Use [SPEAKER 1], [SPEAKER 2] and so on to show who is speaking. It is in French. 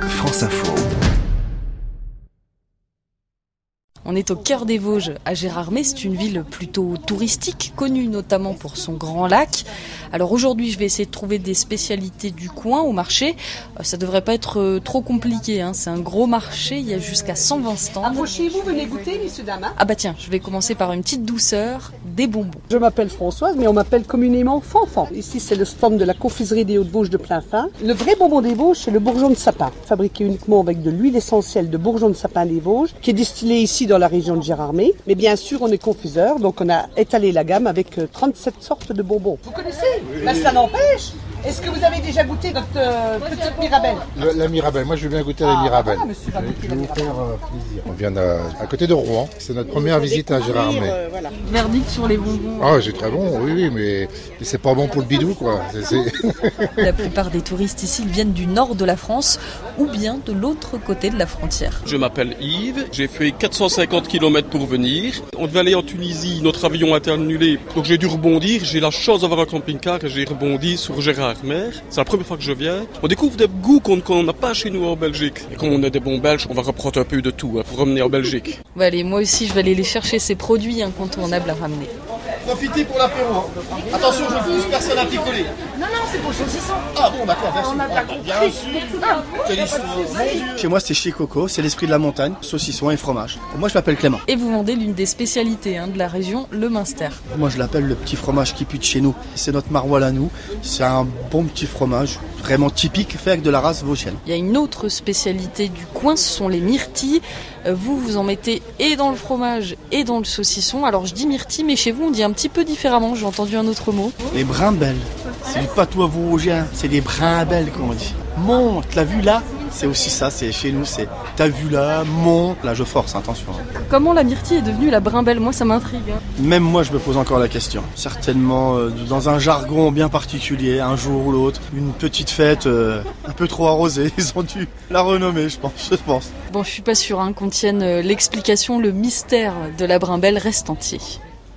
[SPEAKER 1] Mars Info.
[SPEAKER 2] On est au cœur des Vosges, à Gérardmer. C'est une ville plutôt touristique, connue notamment pour son grand lac. Alors aujourd'hui, je vais essayer de trouver des spécialités du coin au marché. Euh, Ça devrait pas être euh, trop compliqué. hein. C'est un gros marché. Il y a jusqu'à 120 stands.
[SPEAKER 3] Approchez-vous, venez goûter, messieurs, dames. hein
[SPEAKER 2] Ah bah tiens, je vais commencer par une petite douceur, des bonbons.
[SPEAKER 3] Je m'appelle Françoise, mais on m'appelle communément Fanfan. Ici, c'est le stand de la confiserie des Hauts-de-Vosges de plein fin. Le vrai bonbon des Vosges, c'est le bourgeon de sapin, fabriqué uniquement avec de l'huile essentielle de bourgeon de sapin des Vosges, qui est distillée ici dans la région de Gérardmer. Mais bien sûr, on est confiseur, donc on a étalé la gamme avec euh, 37 sortes de bonbons. Vous connaissez Mais ça n'empêche Est-ce que vous avez déjà goûté notre petite Mirabelle
[SPEAKER 4] Le- la Mirabelle, moi je veux bien goûter la Mirabelle.
[SPEAKER 3] voilà, Ah, monsieur, va
[SPEAKER 4] Je vais-
[SPEAKER 3] goûter
[SPEAKER 4] je vais
[SPEAKER 3] la
[SPEAKER 4] vous faire euh, plaisir. On vient de- à côté de Rouen, c'est notre première visite à
[SPEAKER 3] euh,
[SPEAKER 4] Gérardmer.
[SPEAKER 2] Verdict sur les bonbons.
[SPEAKER 4] Ah, c'est très bon, oui, oui, mais mais c'est pas bon pour le bidou, quoi. C'est- c'est-
[SPEAKER 2] La plupart des touristes ici ils viennent du nord de la France ou bien de l'autre côté de la frontière.
[SPEAKER 5] Je m'appelle Yves, j'ai fait 450 km pour venir. On devait aller en Tunisie, notre avion a été annulé, donc j'ai dû rebondir. J'ai la chance d'avoir un camping-car et j'ai rebondi sur Gérardmer. C'est la première fois que je viens. On découvre des goûts qu'on qu'on n'a pas chez nous en Belgique. Et comme on est des bons Belges, on va reprendre un peu de tout hein, pour ramener en Belgique.
[SPEAKER 2] Bon, Bah allez, moi aussi, je vais aller les chercher, ces produits hein, incontournables à ramener.
[SPEAKER 6] Profitez pour l'apéro. hein. Attention, je ne pousse personne à picoler. Non, non, c'est pour saucisson. Ah bon, d'accord, bien sûr. Ah, bah, bien sûr. Quelle histoire.
[SPEAKER 7] Chez moi, c'est chez Coco, c'est l'esprit de la montagne, saucisson et fromage. Moi, je l'appelle Clément.
[SPEAKER 2] Et vous vendez l'une des spécialités hein, de la région, le Minster.
[SPEAKER 7] Moi, je l'appelle le petit fromage qui pue de chez nous. C'est notre maroilles à nous. C'est un bon petit fromage, vraiment typique, fait avec de la race vosgienne.
[SPEAKER 2] Il y a une autre spécialité du coin, ce sont les myrtilles. Euh, Vous, vous en mettez et dans le fromage et dans le saucisson. Alors, je dis myrtilles, mais chez vous, on dit un petit peu différemment. J'ai entendu un autre mot.
[SPEAKER 7] Les brimbelles, c'est du patois vosgien, c'est des brimbelles, comme on dit. Mon, t'as vu là C'est aussi ça, c'est chez nous, c'est t'as vu là, mon. Là, je force, attention. hein.
[SPEAKER 2] Comment la myrtille est devenue la brimbelle Moi, ça m'intrigue. hein.
[SPEAKER 7] Même moi, je me pose encore la question. Certainement, euh, dans un jargon bien particulier, un jour ou l'autre, une petite fête euh, un peu trop arrosée, ils ont dû la renommer, je pense, je pense.
[SPEAKER 2] Bon, je suis pas sûre hein, qu'on tienne euh, l'explication, le mystère de la brimbelle reste entier.